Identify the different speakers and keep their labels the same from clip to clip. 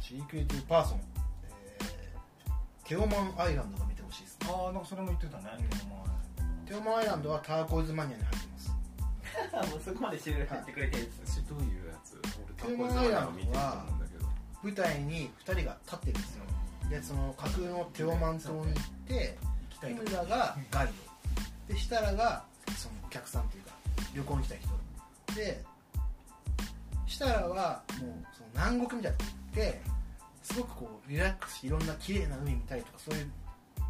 Speaker 1: シークレットパーソン、えーテオマンアイランドが見てほしいですね
Speaker 2: ああなんかそれも言ってたね、
Speaker 1: うんテオマンアイランドはターコイズマニアに入ってます
Speaker 3: もうそこまで知るってくれてるんです
Speaker 4: 私どういうやつ俺タコイズマニアを見てると思うんだけど
Speaker 1: 舞台に2人が立ってるんですよでその架空のテオマン島に行って
Speaker 2: 行きた
Speaker 1: 日
Speaker 2: いと
Speaker 1: 村がガイドで設楽がそのお客さんというか旅行に来た人で設楽はもうその南国みたいなとこ行ってすごくこうリラックスしていろんな綺麗な海見たりとかそういう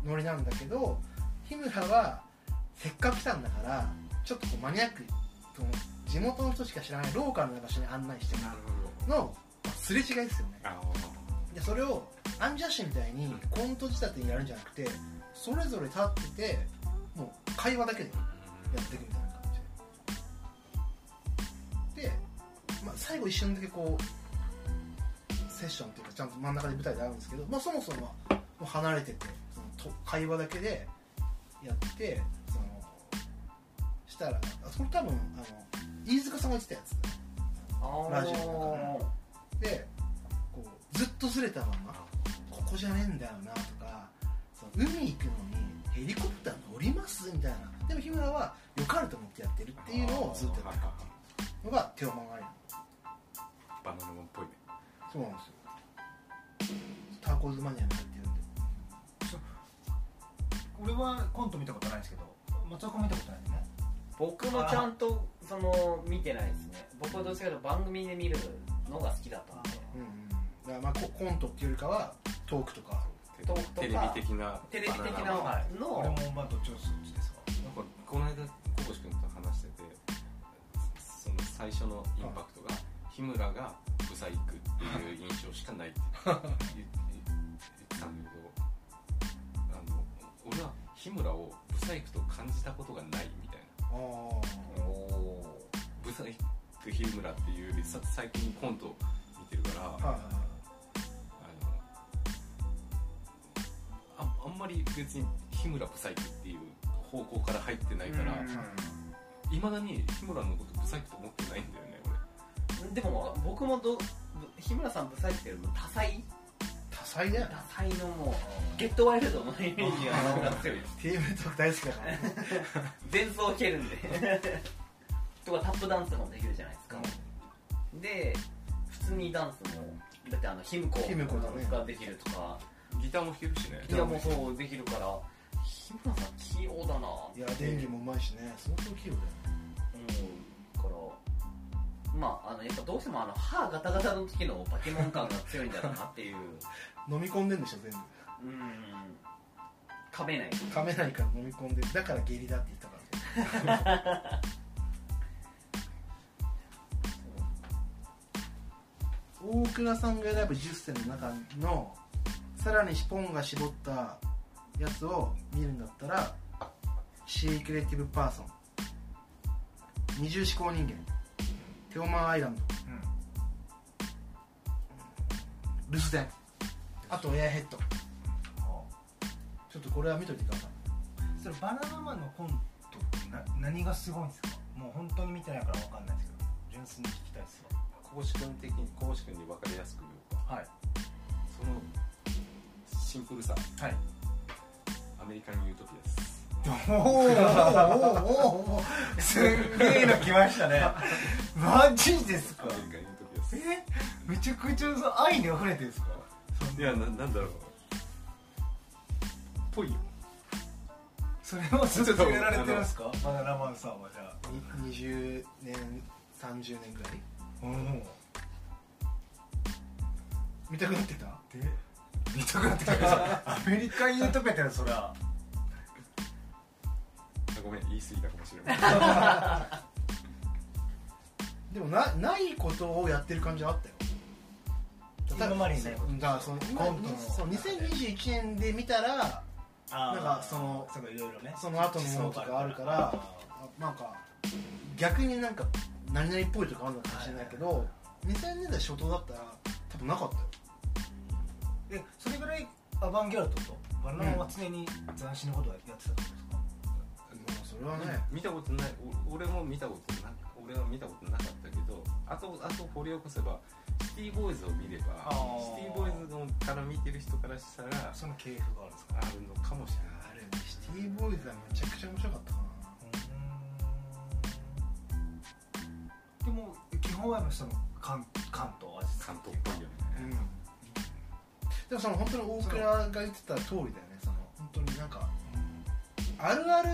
Speaker 1: ノリなんだけど日村はせっかく来たんだからちょっとこうマニアックその地元の人しか知らないローカルな場所に案内してもら
Speaker 4: なるほ
Speaker 1: うのまあすれ違いですよね
Speaker 4: どああ
Speaker 1: でそれをアンジャッシュみたいにコント仕立てにやるんじゃなくてそれぞれ立っててもう会話だけでやっていくみたいな感じでで、まあ、最後一瞬だけこうセッションっていうかちゃんと真ん中で舞台で会うんですけど、まあ、そもそもはもう離れててそのと会話だけでやってそのしたらあそれ多分あの飯塚さんが言ってたやつ
Speaker 3: あ
Speaker 1: ラジオのでこうずっとずれたままここじゃねえんだよなとかその海行くのにヘリコプター乗りますみたいなでも日村はよかれと思ってやってるっていうのをずっとやってるのが手を曲がれる
Speaker 4: バナナマンっぽいね
Speaker 1: そうなんですよターコーズマニアに入ってるんで
Speaker 2: 俺はコント見たことないんですけど松岡も見たことないんでね
Speaker 3: 僕もちゃんとその見てないですね僕はどっちかというと番組で見るのが好きだったんで
Speaker 1: うんうんだからまあココントっていうよりかはトークとか
Speaker 3: トークとか
Speaker 4: テレビ的な
Speaker 3: テレビ的
Speaker 4: バナナ
Speaker 3: な
Speaker 4: マン
Speaker 2: 俺
Speaker 3: の
Speaker 2: もまあどっちもそっちですわ
Speaker 4: なんかこの間小星君と話しててその最初のインパクトが日村がブサイクっていう印象しかない って言って言ってたんだけどあの俺は日村をブサイクと感じたことがないみたいな
Speaker 1: ああ
Speaker 3: お
Speaker 4: ブサイク日村っていうよりさ最近コント見てるから
Speaker 1: はいはいはい
Speaker 4: あのああんまり別に日村ブサイクっていう方向から入ってないから。いまだに日村のことブサイクと思ってないんだよね
Speaker 3: ーでも僕もど日村さんブサイクっていうよりも多彩
Speaker 1: 多彩だよ
Speaker 3: 多彩のもうゲットワイルドのイメージがなくなってる
Speaker 1: TM トーク大好きだからね
Speaker 3: 前奏を蹴るんでとかタップダンスとかもできるじゃないですか、で普通にダンスもだってあのヒムコ
Speaker 1: ヒムコだね
Speaker 3: ができるとか
Speaker 4: 俺ギターも弾けるしね
Speaker 3: ギターもそうできるから日村さん器用だなぁ
Speaker 1: いや演技もうまいしね相当器用だよ
Speaker 3: うんからまああのやっぱどうしてもあの歯ガタガタの時のバケモン感が強いんだろうなっていう
Speaker 1: 飲み込んでんでしょ全部
Speaker 3: うん噛めない
Speaker 1: 噛めないから飲み込んでだから下痢だって言ったから大倉さんが選ぶ10選の中のさらにシポンが絞ったやつを見るんだったらシークレティブパーソン二重思考人間テオマンアイランド
Speaker 2: うん
Speaker 1: 留守電あとエアヘッド
Speaker 2: あ
Speaker 1: ちょっとこれは見といてください
Speaker 2: それバナナマンのコントってな何がすごいんですかもう本当に見てないからわかんないですけど純粋に聞きたいですわ
Speaker 4: 公式君的に公式君に分かりやすく言うか
Speaker 2: はい
Speaker 4: そのシンプルさ
Speaker 2: はい
Speaker 4: アメリカンユートピアです
Speaker 2: おおおおおすっげえの来ましたねマジです
Speaker 4: ア
Speaker 2: か
Speaker 4: メリカンユートピアです
Speaker 2: えめちゃくちゃその愛に溢れてるんですかそん
Speaker 4: い
Speaker 2: な
Speaker 4: やななんだろうぽいよ
Speaker 2: それをずっとやられてるんですか バナナマンさんはじゃあ
Speaker 1: に20年30年ぐらい
Speaker 2: うん
Speaker 1: 見たくなってた
Speaker 2: で見たくなってきました アメリカンユートピアってのはそりゃ
Speaker 4: あごめん言い過ぎたかもしれない
Speaker 1: でもなないことをやってる感じはあったよ
Speaker 2: 今までにないこと
Speaker 1: うんだからその今
Speaker 2: コントの
Speaker 1: そう2021年で見たら
Speaker 2: あー
Speaker 1: なんかその
Speaker 2: そうかいろいろね
Speaker 1: その後のものとかあるからあなんか逆になんか何々っぽいとかあるのかもしれないけど2000年代初頭だったら多分なかったよ
Speaker 2: えそれぐらいアバンギャルドとバナナマンは常に斬新なことをやってたってことですか、
Speaker 1: まあそれはね
Speaker 4: 見たことないお俺も見たことな俺は見たことなかったけどあとあと掘り起こせばシティボーイズを見れば
Speaker 2: あー
Speaker 4: シティボーイズのから見てる人からしたら
Speaker 2: その系譜があるんですか
Speaker 4: あるのかもしれない
Speaker 1: あれシティボーイズはめちゃくちゃ面白かったかな
Speaker 2: うーんでも基本はやっぱその関関東味付
Speaker 4: 関東っぽいよ
Speaker 1: うん
Speaker 4: ね、
Speaker 1: でもその本当に大倉が言ってた通りだよねその本当になんかあるある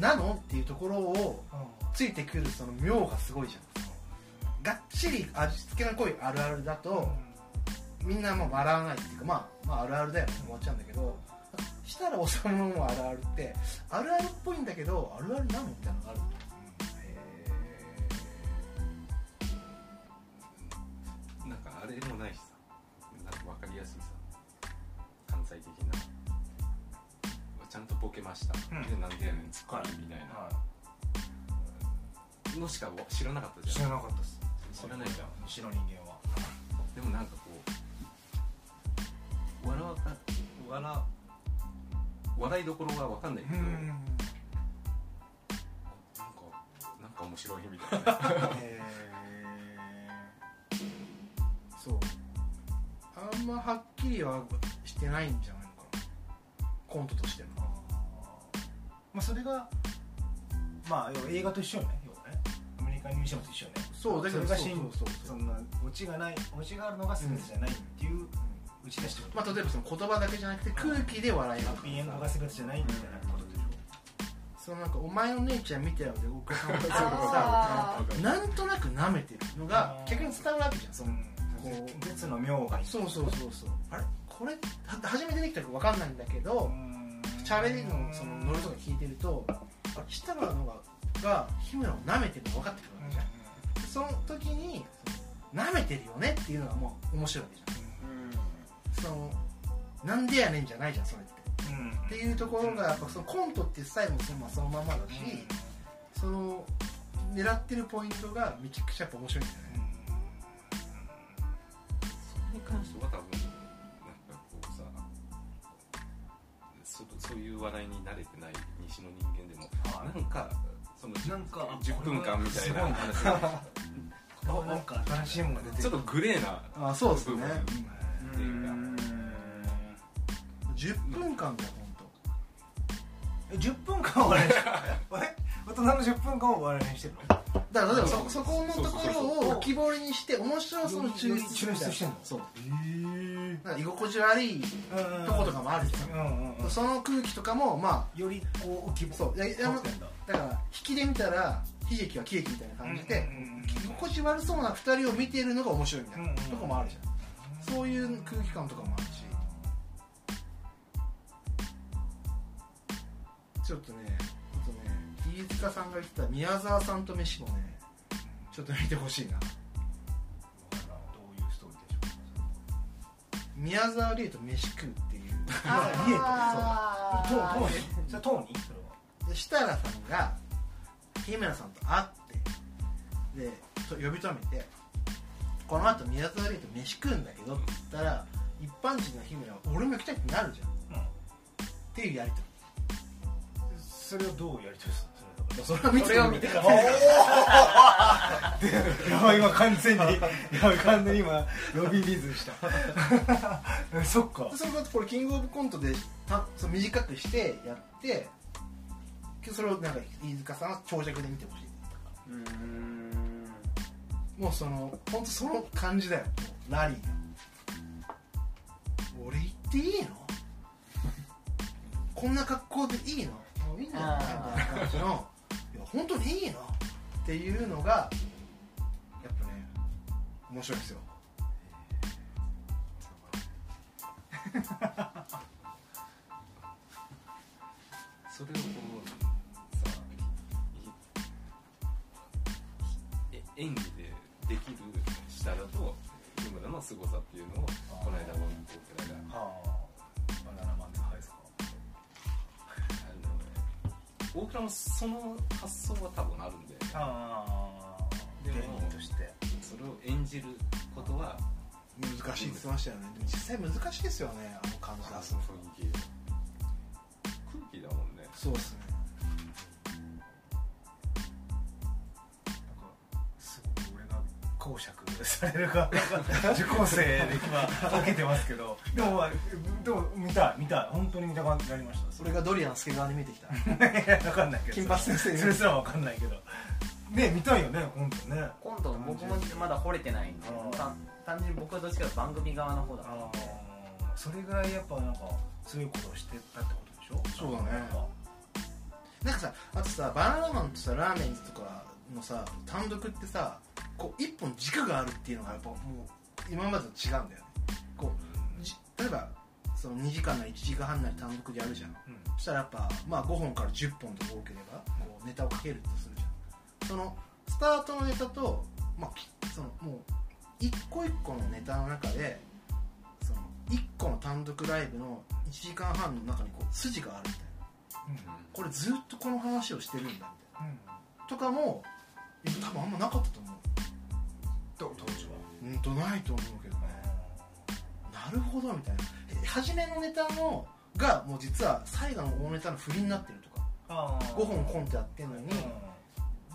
Speaker 1: なのっていうところをついてくるその妙がすごいじゃんそのがっちり味付けの濃いあるあるだ
Speaker 2: うん
Speaker 1: と、みんなもう笑わないっていうか、まあ、まああるあるだよねって終わっちゃうんだけどしたらおさむのもあるあるってあるあるっぽいんだけどあるあるなのみたいなのがある
Speaker 4: なんかあれもないしさなんか分かりやすいさ関西的なちゃんとボケました、
Speaker 2: うん
Speaker 4: でなんでやねんツッコミみたいな、
Speaker 2: は
Speaker 4: のしか知らなかっ
Speaker 2: い
Speaker 4: た
Speaker 2: 知
Speaker 4: じゃん
Speaker 2: らなかったです
Speaker 4: 知らないじゃん
Speaker 2: 西の人間は
Speaker 4: でもなんかこう笑わか笑笑いどころが分かんないけど、なんかなんか面白いみたいな
Speaker 2: へえ
Speaker 1: そうあんまはっきりはしてないんじゃないのかなコントとしての
Speaker 2: まあそれがまあ要は映画と一緒よね要はねアメリカンミュージアムと一緒よね
Speaker 1: そうだけど
Speaker 2: それが真
Speaker 1: そうそうそ、
Speaker 2: そうんなオチがないオチがあるのが全てじゃないっていう打ち出してこと
Speaker 1: まあ、例えばその言葉だけじゃなくて空気で笑いが
Speaker 2: ハッピーエンドが全てじゃないみたいなことでしょ
Speaker 1: そのなんか「お前の姉ちゃん見てよ」で僕さんも
Speaker 3: あ
Speaker 1: さなんとなく舐めてるのが
Speaker 2: あー
Speaker 1: 逆に伝わるわけじゃんその
Speaker 2: うん
Speaker 1: こう
Speaker 2: 絶の妙がいい
Speaker 1: そうそうそうそうあれこれは初めてできたか分かんないんだけど喋りのそのノリとか聞いてるとあ設楽のがが日村を舐めてるの分かってくるわけじゃんその時にその舐めてるよねっていうのがもう面白いわけじゃんそのなんでやねんじゃないじゃんそれってっていうところがやっぱそのコントっていうスタイルもそのまあそのままだし、その狙ってるポイントがめちゃくちゃやっぱ面白いんだよね
Speaker 4: それに関しては多分なんかこうさそそういう笑いに慣れてない西の人間でもなんかその
Speaker 2: なんか
Speaker 4: 10分間みたいな話が
Speaker 2: あなんか新しいものが出て
Speaker 4: ちょっとグレーな
Speaker 1: あそうですね
Speaker 4: 部分っていうか
Speaker 1: 10分間だよ本
Speaker 2: 10分間を笑いにして る大人の10分間を笑いにしてるの
Speaker 1: 当。だから例えば
Speaker 4: そ
Speaker 1: そうそこのところ
Speaker 2: そうそう
Speaker 1: を浮き彫りにして面白さの抽出
Speaker 2: 抽出してんの
Speaker 1: そう
Speaker 2: え
Speaker 1: なんか居心地悪いとことかもあるじ
Speaker 2: う
Speaker 1: ゃ
Speaker 2: んうんうん
Speaker 1: んその空気とかもま
Speaker 2: よりこう浮き彫
Speaker 1: そういやいや
Speaker 2: 彫ってんだ
Speaker 1: あだから引きで見たら悲劇は喜劇みたいな感じで
Speaker 2: うんうんうんうん
Speaker 1: 居心地悪そうな2人を見ているのが面白いみたい
Speaker 2: うんう
Speaker 1: なんとこもあるじゃんそういう空気感とかもあるしちょっとねあとね飯塚さんが言ってた宮沢さんと飯もねちょっと見てほしいな
Speaker 2: どういうストーリーでしょう
Speaker 1: 宮沢りえと飯食うっていう
Speaker 3: あ
Speaker 2: トーニーそれトーニーそれは
Speaker 1: で設楽さんが日村さんと会ってでと呼び止めて「この後宮沢りえと飯食うんだけど」って言ったら一般人の日村は「俺も行きたい」ってなるじゃんっ
Speaker 2: うん
Speaker 1: ていうやりとり
Speaker 2: それをどうやり取りするのそ
Speaker 1: それ
Speaker 2: れ
Speaker 1: は見て
Speaker 3: それを見てから
Speaker 2: やばい今完全にやばい完全に今ロビンリズムした そっか
Speaker 1: でそれがこれキングオブコントでたその短くしてやってけどそれをなんか飯塚さんは長尺で見てほしい
Speaker 3: うん
Speaker 1: もうその本当その感じだよもうラリーが俺行っていいのこんな格好でいいのもういいんじゃない
Speaker 3: あー
Speaker 1: みたいな感じのいや本当にいいのっていうのがやっぱね面白いですよ
Speaker 4: それをこうさいいえ演技でできる下だと日村の凄さっていうのをこの間も僕らが
Speaker 2: はあバナナマンズハイス
Speaker 4: あの大倉もその発想は多分あるんで
Speaker 2: ああ
Speaker 4: でも
Speaker 2: して
Speaker 4: それを演じることは
Speaker 1: 難しいって言ってましたよねでも実際難しいですよねあの感じ出すの
Speaker 4: 雰囲気空気だもんね
Speaker 1: そうですね
Speaker 2: なんかすごい俺が講釈される か受講生で今受けてますけどでもまあでも見たい見たい本当に見た感じになりましたそれ
Speaker 1: 俺がドリアン助川に見えて きた
Speaker 2: いや分かんないけど
Speaker 1: 金八先生
Speaker 2: それすら分かんないけどね見たいよね本当ね
Speaker 3: コント僕もまだ惚れてないんで
Speaker 2: あー
Speaker 3: 単単純に僕はどっちかというと番組側の方だから
Speaker 2: あーそれぐらいやっぱなんかそういうことをしてたってことでしょ
Speaker 1: そうだねなんかさあとさバナナマンとさラーメンズとかのさ単独ってさこう一本軸があるっていうのがやっぱもう今までと違うんだよねこうじ例えばその2時間なり1時間半なり単独でやるじゃん
Speaker 2: うん
Speaker 1: そしたらやっぱ、まあ、5本から10本とか多ければこうネタをかけるとするじゃんそのスタートのネタと、まあ、きそのもう一個一個のネタの中でその一個の単独ライブの1時間半の中にこう筋があるみたいな
Speaker 2: う
Speaker 1: これずっとこの話をしてるんだみたい
Speaker 2: んうん
Speaker 1: なとかもいや多分あんまなかったと思う
Speaker 2: と当時は
Speaker 1: うんとないと思うけどねなるほどみたいなえ初めのネタのがもう実は最後の大ネタの振りになってるとか
Speaker 2: あー
Speaker 1: 5本コントやってんのに、
Speaker 2: うん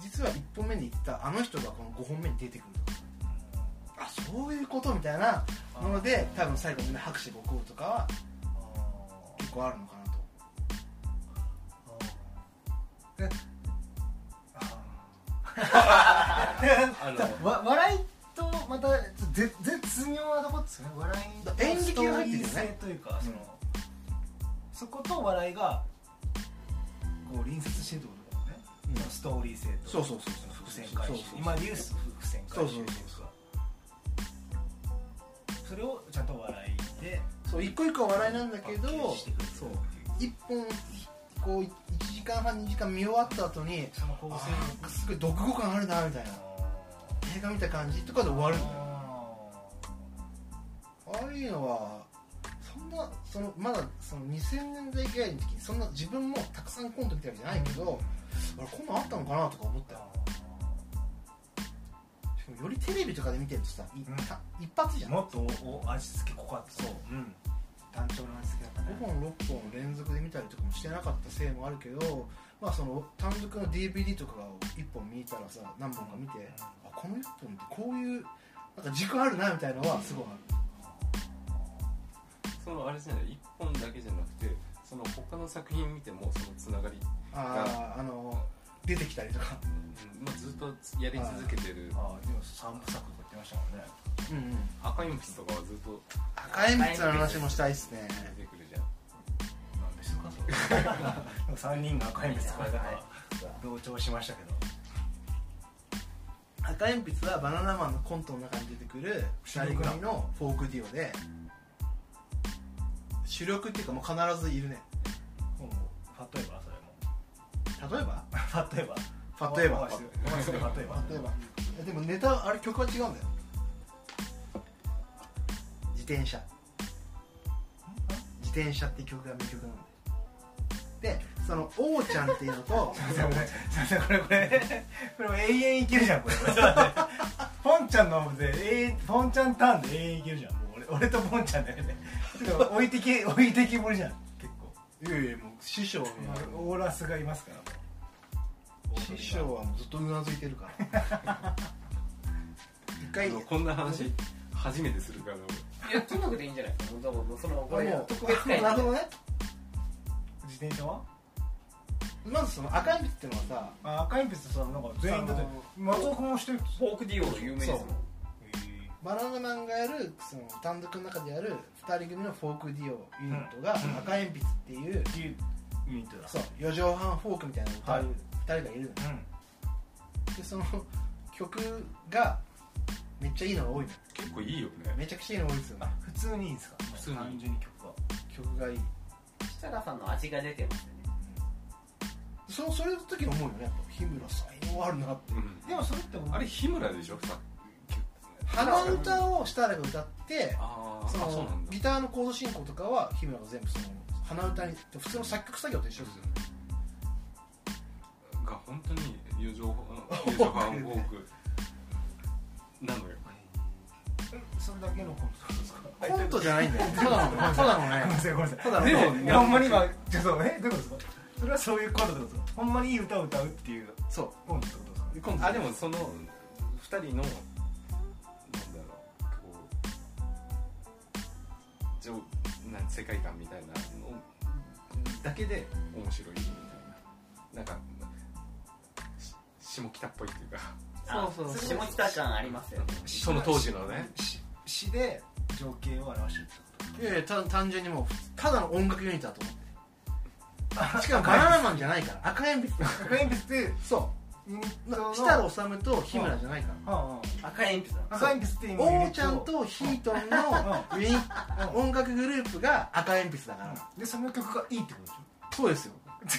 Speaker 1: 実は1本目に行ったあの人がこの5本目に出てくるあそういうことみたいなもので多分最後みんな拍手が起こるとかは
Speaker 2: あ
Speaker 1: 結構あるのかなと
Speaker 2: ーあー
Speaker 4: あの
Speaker 2: えわ笑いとまたぜ絶妙なとこですよね笑いと
Speaker 1: だ演劇が入ってるよね
Speaker 2: ストーリー性というかその
Speaker 1: うん
Speaker 2: そこと笑いがこう隣接してるってことだよね
Speaker 1: うん
Speaker 2: そのストーリー性と
Speaker 1: そうそうそうそう
Speaker 2: 伏線回
Speaker 1: そう
Speaker 2: 収
Speaker 1: そう
Speaker 2: 今でいう伏線回収というか
Speaker 1: そうそう
Speaker 2: それをちゃんと笑いで
Speaker 1: そう一個一個は笑いなんだけど
Speaker 2: パッケージしてくれてる
Speaker 1: そう
Speaker 2: っていう
Speaker 1: 1本こう1時間半2時間見終わった後に
Speaker 2: その構
Speaker 1: あ
Speaker 2: 成
Speaker 1: ーすごい読後感あるなみたいな映画見た感じとかで終わるんだよああいうのはそんなそのまだその2000年代ぐらいの時にそんな自分もたくさんコント見たわけじゃないけど、俺こんなんあったのかなとか思ったよしかもよりテレビとかで見てるとさ、い
Speaker 2: うん
Speaker 1: た一発じゃん5
Speaker 2: もっとお味付け濃かった
Speaker 1: そう
Speaker 2: うん単調な味付けだったね
Speaker 1: 本6本連続で見たりとかもしてなかったせいもあるけど、まあ、その単独の DVD とかを1本見たらさ何本か見て、あこの1本ってこういうなんか軸あるなみたいなのはすごいある
Speaker 4: そのあれじゃない一本だけじゃなくてその他の作品見てもそのつながり、
Speaker 1: あーあの出てきたりとか、
Speaker 4: うんまあ、ずっとやり続けてる
Speaker 2: ああでも三部作とか言ってましたもんね
Speaker 1: うんうん、
Speaker 4: 赤い鉛筆とかはずっと
Speaker 1: 赤鉛筆の話もしたいっすね
Speaker 4: 出てくるじゃん
Speaker 2: なんでしょうかそれでも三人が赤い水使えたから同調しましたけど
Speaker 1: 赤鉛筆はバナナマンのコントの中に出てくる2人組のフォークデュオで主力っていうかもう必ずいるね
Speaker 2: もう例えばそれも
Speaker 1: 例えば
Speaker 2: 例えば
Speaker 1: 例えば
Speaker 2: 例えば例えば
Speaker 1: 例えばえでもネタあれ曲は違うんだよ自転車自転車って曲が名曲なんだよでその王ちゃんっていうのと
Speaker 2: すいませんこれこれこれも永遠いけるじゃんこれちょっと待ってポンちゃんので永遠ポンちゃんターンで永遠いけるじゃんもう俺俺とポンちゃんだよねちょっと置いてき置いてきぼりじゃん 結
Speaker 1: いやいやもう師匠
Speaker 2: 構オーラスがいますからもう
Speaker 1: 師匠はもうずっとうなずいてるから 一
Speaker 4: あ
Speaker 1: 回
Speaker 4: のこんな話初めてするから俺
Speaker 3: いやとにかくでいいんじゃないですかもうもうその
Speaker 1: こ
Speaker 3: こ
Speaker 1: れ
Speaker 3: れ
Speaker 1: もう
Speaker 3: 特別会
Speaker 1: なるほどね
Speaker 2: 自転車は
Speaker 1: まずその赤鉛筆っていうのはさ
Speaker 2: あ赤鉛筆さなんか全員だって松尾君もしてるっつ
Speaker 3: フォークディオの有名ですもん
Speaker 1: そうバナナマンがやるその単独の中でやる2人組のフォークディオユニットが
Speaker 2: うん
Speaker 1: 赤鉛筆っていう、
Speaker 2: っていうユニットだ
Speaker 1: そう4畳半フォークみたいなのを歌う、
Speaker 2: はい
Speaker 1: 2人がいるの
Speaker 2: うん
Speaker 1: でその曲がめっちゃいいのが多いの
Speaker 4: 結構いいよね
Speaker 1: めちゃくちゃいいの多いですよね
Speaker 2: あ普通にいいんですか
Speaker 4: 普通に
Speaker 2: 単純に曲は
Speaker 1: 曲がいい
Speaker 3: 設楽さんの味が出てますよね
Speaker 1: そそれの時に思うよねやっぱ日村才能あるなって
Speaker 4: うん
Speaker 2: でもそれって
Speaker 4: あれ日村でしょさ
Speaker 1: 鼻歌を設楽が歌って
Speaker 4: あーあ
Speaker 1: その
Speaker 4: そうなんだ
Speaker 1: ギターのコード進行とかは日村が全部その鼻歌に普通の作曲作業と一緒ですよね
Speaker 4: が本当に友情友情が多くなのよ
Speaker 2: それだけのコントですか
Speaker 1: コントじゃないんだよ。ただの、ただの
Speaker 2: ごめんな
Speaker 1: ね。
Speaker 2: さいごめんなさい
Speaker 1: ただの
Speaker 4: でも
Speaker 2: いやほんまに今ちょっとえどういうことですかそれはそういうコントってことですかほんまにいい歌を歌うっていう
Speaker 1: そ
Speaker 2: コントってことですか
Speaker 1: う。今度
Speaker 4: あでもその2人のじょなん世界観みたいなのだけで面白いみたいななんかし下北っぽいっていうか
Speaker 3: あ
Speaker 1: そうそうそう
Speaker 3: 下北感ありますよね
Speaker 4: その当時のね
Speaker 2: し詩で情景を表してるってこ
Speaker 1: いやいやた単純にもうただの音楽ユニットだと思ってしかも
Speaker 2: 赤
Speaker 1: バ
Speaker 2: 鉛筆
Speaker 1: ナナマンじゃないから赤鉛筆
Speaker 2: と赤鉛筆って
Speaker 1: そ
Speaker 2: ユニッ
Speaker 1: う
Speaker 2: トの
Speaker 1: 設楽治と日村じゃないから
Speaker 2: うんうん
Speaker 3: 赤鉛筆なの
Speaker 2: 赤鉛筆って今ユニッ
Speaker 1: 王
Speaker 2: ト
Speaker 1: ちゃんとヒートンの
Speaker 2: う
Speaker 1: ユニ音楽グループが赤鉛筆だから
Speaker 2: うんでその曲がいいってことでし
Speaker 1: そうですよ
Speaker 2: ょ で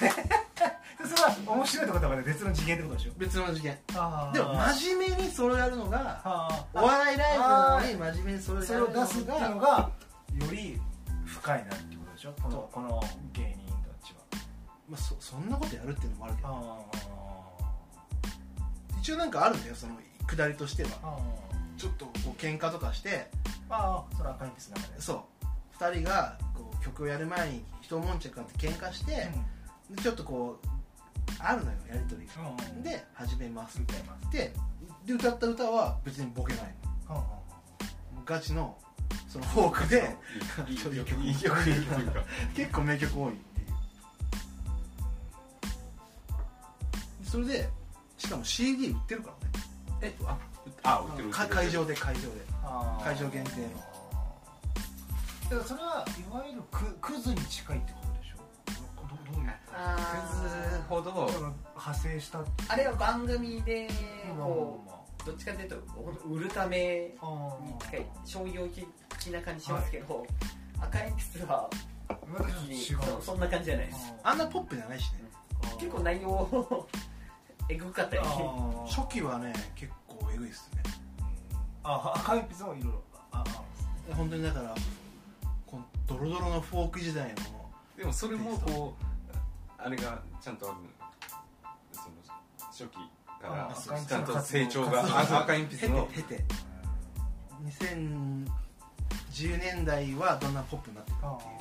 Speaker 2: それは面白いってことは別の次元ってことでしょ
Speaker 1: 別の事件
Speaker 2: あ
Speaker 1: でも真面目にそれをやるのが
Speaker 2: あ
Speaker 1: お笑いライブなのに真面目にそれを
Speaker 2: そ
Speaker 1: や
Speaker 2: れ
Speaker 1: る
Speaker 2: を出すっていうの
Speaker 1: のが
Speaker 2: がより深いなってことでしょこのこの芸人たちは
Speaker 1: まあそそんなことやるっていうのもあるけど
Speaker 2: あ
Speaker 1: 一応なんかあるんだよその下りとしては
Speaker 2: ああ
Speaker 1: ちょっとこう喧嘩とかして
Speaker 2: ああその赤鉛筆の中で
Speaker 1: そう2人がこう曲をやる前に一悶着あって喧嘩して、でちょっとこうあるのよやり取りが、
Speaker 2: うん
Speaker 1: で始めます
Speaker 2: 歌います
Speaker 1: でで歌った歌は別にボケないの
Speaker 2: うんうんうん
Speaker 1: もうガチのそのフォークで
Speaker 4: いいいい
Speaker 1: そう
Speaker 4: 曲
Speaker 1: い
Speaker 4: いうい
Speaker 1: 曲
Speaker 4: 曲いい曲
Speaker 1: 結構名曲多いっていうそれでしかも CD 売ってるからね
Speaker 4: えああ売ってる売って
Speaker 1: か
Speaker 4: る
Speaker 1: 会場で会場で
Speaker 2: ああ
Speaker 1: 会場限定の
Speaker 2: だからそれはいわゆるククズに近いってことでしょどどういう
Speaker 4: クズほど
Speaker 2: その派生したって
Speaker 3: あれは番組で
Speaker 2: いうのは
Speaker 3: こうどっちかというとほんと売るため
Speaker 2: まあまあああ
Speaker 3: に近い商業的な感じしますけど、赤鉛筆は
Speaker 2: 私違う
Speaker 3: そそんな感じじゃないです
Speaker 2: あ
Speaker 1: あんなポップじゃないしね
Speaker 2: あ
Speaker 3: 結構内容を えぐかったり
Speaker 2: あ
Speaker 1: 初期はね結構エグいっすね
Speaker 2: あ赤鉛筆もいろいろああ
Speaker 1: 本当にだからこのドロドロのフォーク時代の
Speaker 4: でもそれもこうあれがちゃんとあるその初期
Speaker 2: あ
Speaker 4: か
Speaker 2: そう
Speaker 4: らちゃんと成長があ赤鉛筆の
Speaker 1: 経て2010年代はどんなポップになってるか
Speaker 2: あ
Speaker 1: っていう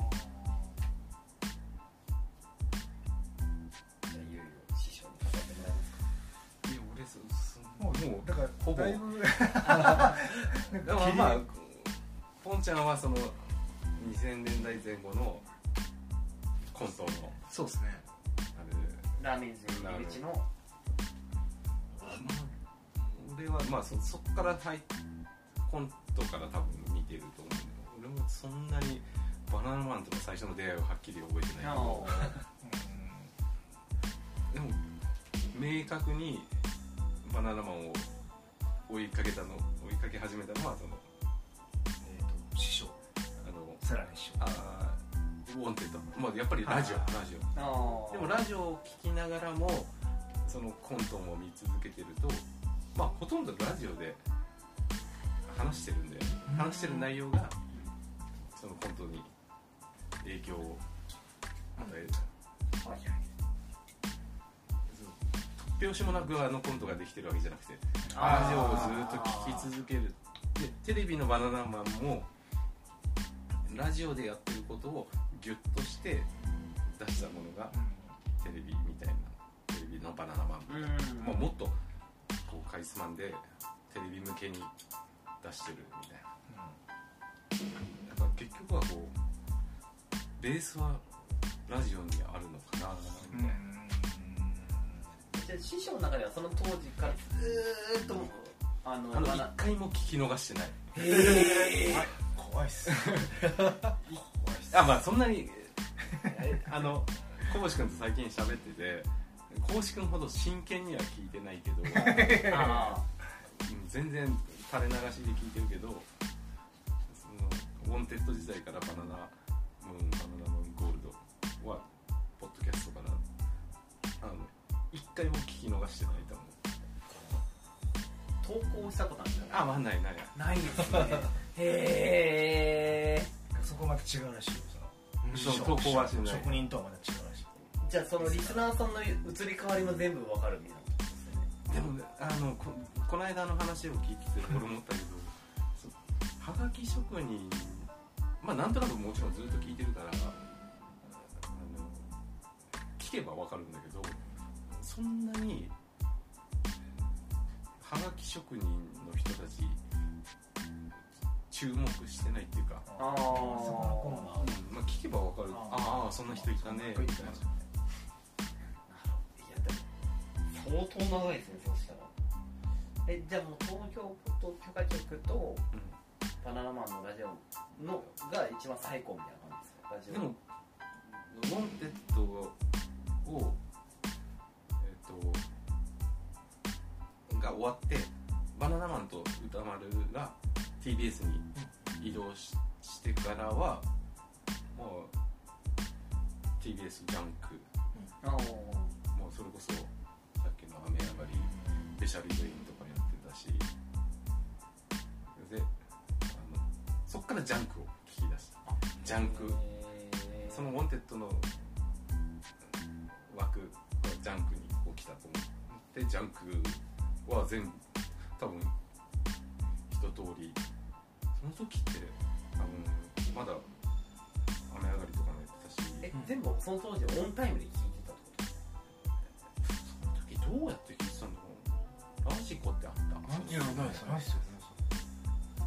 Speaker 3: じゃあいよいよ師匠に語ってもらいますか
Speaker 4: いや俺そそ
Speaker 2: も
Speaker 4: も
Speaker 2: う
Speaker 4: う
Speaker 2: だから
Speaker 4: ほぼ
Speaker 2: だいぶなん
Speaker 4: で
Speaker 2: か
Speaker 4: も
Speaker 2: 切り
Speaker 4: まあポンちゃんはその2000年代前後のコントの
Speaker 1: そうですね
Speaker 4: あれ
Speaker 3: ラーメンズの入り口の
Speaker 4: 俺はまあそそっから入っコントから多分見てると思うんだけど俺もそんなにバナナマンとの最初の出会いをはっきり覚えてないけど
Speaker 3: の
Speaker 4: でも明確にバナナマンを追いかけたの追いかけ始めたのはその
Speaker 2: えーと師匠
Speaker 4: あの
Speaker 2: さらに師匠
Speaker 4: あーウォンテッド、まあ、やっぱりラジオ
Speaker 2: あー
Speaker 4: ラジ
Speaker 3: あの
Speaker 4: オでもラジオを聞きながらもそのコントも見続けてるとまあほとんどラジオで話してるんで
Speaker 1: うん
Speaker 4: 話してる内容がそのコントに影響を与える
Speaker 3: はい
Speaker 4: そう突拍子もなくあのコントができてるわけじゃなくて
Speaker 3: あー
Speaker 4: ラジオをずっと聞き続けるでテレビの「バナナマン」もラジオでやってることをギュッとして出したものがテレビみたいなテレビの「バナナマン」みたいな
Speaker 3: うん
Speaker 4: まあもっとこうかいつまんでテレビ向けに出してるみたいなだから結局はこうベースはラジオにあるのかなみたいな、
Speaker 3: じゃあ師匠の中ではその当時からずーっともうあの
Speaker 4: あの
Speaker 3: バ
Speaker 4: 一
Speaker 3: ナ
Speaker 4: 回も聞き逃してない
Speaker 2: 怖いっす
Speaker 4: あまあそんなにえあのこぼし君と最近喋っててこぼし君ほど真剣には聞いてないけど
Speaker 3: あ
Speaker 4: うん全然垂れ流しで聞いてるけどそのウォンテッド時代からバナナムーンバナナムーンゴールドはポッドキャストからあの一回も聞き逃してないと思う
Speaker 3: ー投稿したことあるんだ
Speaker 4: あまあないない
Speaker 3: ないですねへえ
Speaker 2: そこまで違うらしいよ
Speaker 1: うん
Speaker 2: その
Speaker 4: そう投稿はしない
Speaker 2: 職人とはまた違うらしい
Speaker 3: じゃあそのリスナーさんの移り変わりも全部わかるみたいなことですよね
Speaker 4: でもねあのここの間の話を聞いてて俺思ったけどそうはがき職人まあなんとなくもちろんずっと聞いてるからあの聞けばわかるんだけどそんなにはがき職人の人たち注目してないっていうか、
Speaker 3: あー
Speaker 2: そこのコーナー
Speaker 4: うんまあ、聞けばわかる
Speaker 2: あ
Speaker 4: ああそんな人いたねみたいな
Speaker 3: 相当長いですねそうしたらえじゃあもう東京ポッド許可局とバナナマンのラジオのが一番最高みたいな感じですかラ
Speaker 4: う
Speaker 3: ジオ
Speaker 4: んでも「ウォンテッドを」えっ、とが終わってバナナマンと歌丸が TBS に移動ししてからはもう TBS ジャンク
Speaker 3: あー
Speaker 4: もうそれこそさっきの雨上がりスペシャルイベントとかやってたしであのそっからジャンクを聞き出したジャンク
Speaker 3: えー
Speaker 4: その「ウォンテッドの枠はジャンクに起きたと思ってジャンクは全部多分一通りその時って多分まだ雨上がりとかもやってたし
Speaker 3: え全部その当時オンタイムで聞いてたってこと
Speaker 4: その時どうやって聞いてたんだろうラジコってあった
Speaker 2: 何
Speaker 1: いやないです
Speaker 2: ないっすよ